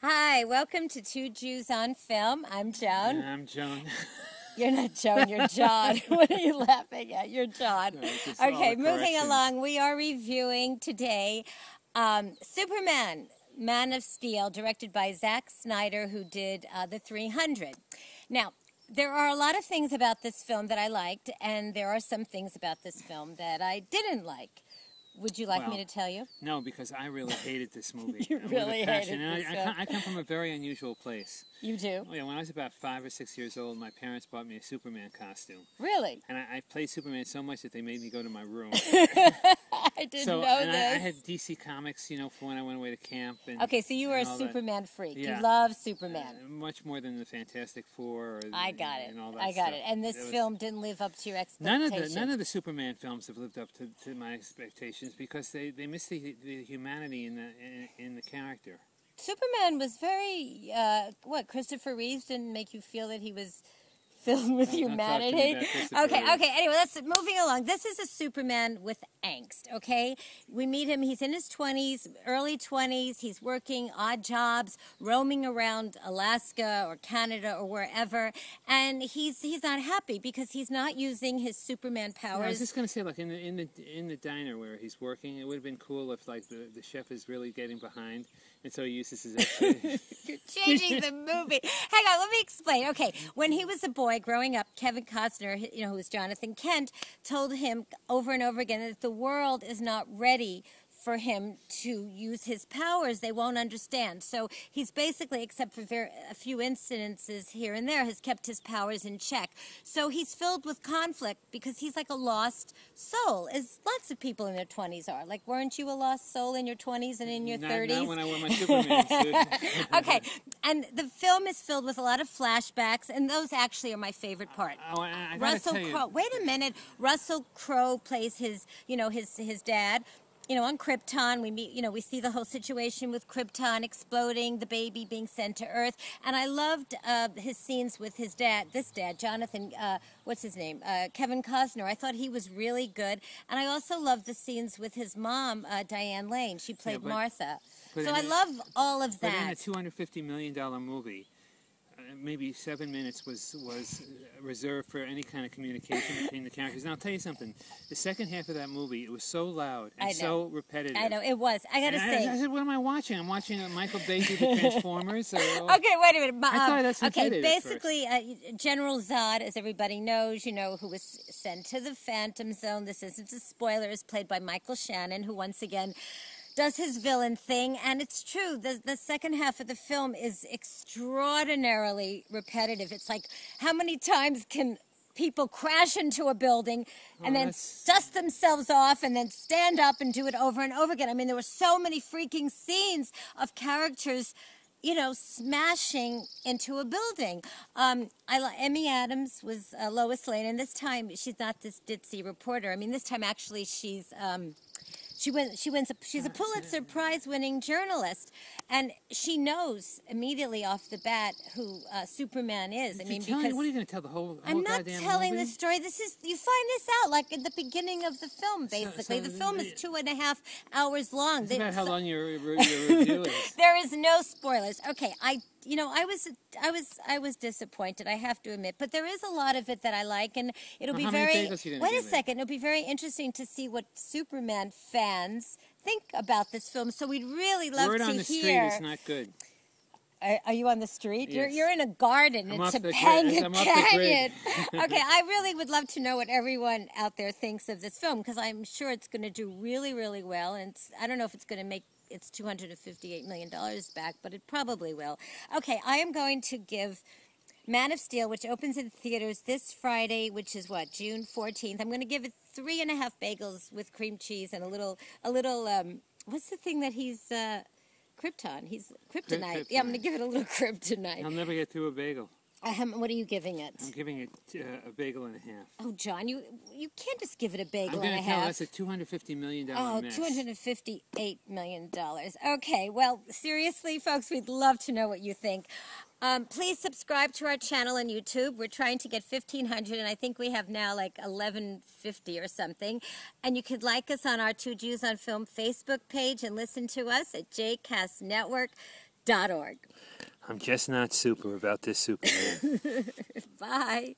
Hi, welcome to Two Jews on Film. I'm Joan. I'm Joan. You're not Joan, you're John. what are you laughing at? You're John. No, it's just all okay, the moving corrections. along, we are reviewing today um, Superman, Man of Steel, directed by Zack Snyder, who did uh, The 300. Now, there are a lot of things about this film that I liked, and there are some things about this film that I didn't like. Would you like me to Well, tell you? No, because I really hated this movie. You and with a really passion. hated and I- this I, film. co- I come from a very unusual place. You do? Oh, yeah, when I was about five or six years old, my parents bought me a Superman costume. Really? And I, I played Superman so much that they made me go to my room. I didn't so, know and this. I, I had DC Comics, you know, for when I went away to camp. And, Okay, so you were a and all that. Superman freak. Yeah. You love Uh, Superman. Much more than the Fantastic Four. Or the, I got it. And all that I got stuff. it. And this That was- film didn't live up to your None expectations. of the none of the Superman films have lived up to, to my expectations because they, they miss the, the humanity in the in, in the character. Superman was very uh, what Christopher Reeves didn't make you feel that he was filled with Don't- don't talk to me humanity. about Christopher Okay, Reeve. okay. Anyway, that's moving along. This is a Superman with angst. Okay, we meet him. He's in his twenties, early twenties. He's working odd jobs, roaming around Alaska or Canada or wherever, and he's he's not happy because he's not using his Superman No, I was powers. just gonna say, like in the in the in the diner where he's working, it would have been cool if like the, the chef is really getting behind, and so he uses his. extra- changing the movie. Hang on, let me explain. Okay, when he was a boy growing up, Kevin Costner, h- you know, who was Jonathan Kent, told him over and over again that the world is not ready for him to use his powers. They won't understand. So he's basically, except for ver- a few incidences here and there, has kept his powers in check. So he's filled with conflict because he's like a lost soul, as lots of people in their 20s are. Like, weren't you a lost soul in your 20s and in your not, 30s? not when I wear my Superman suit. okay, and the film is filled with a lot of flashbacks, and those actually are my favorite part. Oh, I- I gotta Russell tell you- Crowe. Wait a minute. Russell Crowe plays his, you know, his his dad. You know, on Krypton, we meet. You know, we see the whole situation with Krypton exploding, the baby being sent to Earth, and I loved uh, his scenes with his dad. This dad, Jonathan, uh, what's his name? Uh, Kevin Costner. I thought he was really good, and I also loved the scenes with his mom, uh, Diane Lane. She played but- Martha. but so in I a- love all of But that. in a two hundred fifty million dollar movie, uh, maybe seven minutes was was uh, reserved for any kind of communication between the characters. And I'll tell you something: the second half of that movie, it was so loud and I know. so repetitive. I know it was. I gotta And I, I say. said, "What am I watching? I'm watching uh, Michael Bay do the Transformers." or- Okay, wait a minute. Ma- I thought um, that's what okay, did it at first. basically, uh, General Zod, as everybody knows, you know, who was sent to the Phantom Zone. This isn't a spoiler. Is played by Michael Shannon, who once again does his villain thing. And it's true. The the second half of the film is extraordinarily repetitive. It's like how many times can people crash into a building and Oh, then that's- dust themselves off and then stand up and do it over and over again. I mean, there were so many freaking scenes of characters, you know, smashing into a building. Um, I, li- Emmy Adams was uh, Lois Lane, and this time she's not this ditzy reporter. I mean, this time actually she's. Um, she wins. She wins. A, she's a Pulitzer Prize-winning journalist, and she knows immediately off the bat who uh, Superman is. I You're mean, telling- because what are you going to tell the whole? I'm whole not goddamn telling movie? the story. This is you find this out like at the beginning of the film. Basically, so the film the- is two and a half hours long. It's They- about how so- long your, your review is. there is no spoilers. Okay, I you know I was I was I was disappointed. I have to admit, but there is a lot of it that I like, and it'll Now, be how many very. bagels you gonna wait a give me? second. It'll be very interesting to see what Superman fans think about this film. So we'd really love Word to on the street hear. is not good. Are, are you on the street? You're, Yes. you're in a garden I'm in off the grid. Topanga I'm off the Canyon. grid. okay, I really would love to know what everyone out there thinks of this film because I'm sure it's going to do really, really well. And it's, I don't know if it's going to make its $258 million back, but it probably will. Okay, I am going to give Man of Steel, which opens in theaters this Friday, which is what June fourteenth. I'm going to give it three and a half bagels with cream cheese and a little, a little. Um, what's the thing that he's uh, Krypton? He's kryptonite. Yeah, I'm going to kryptonite. give it a little I'll kryptonite. never get through a bagel. Um, what are you giving it? I'm giving it uh, a bagel and a half. Oh, John, you you can't just give it a I'm bagel going and a to tell half. that's a 250 million dollar Oh, mess. $258 million. Okay, well, seriously, folks, we'd love to know what you think. Um, please subscribe to our channel on YouTube. We're trying to get 1,500, and I think we have now like 1,150 or something. And you could like us on our Two Jews on Film Facebook page and listen to us at JCastNetwork.com dot org. I'm just not super about this Superman. Bye.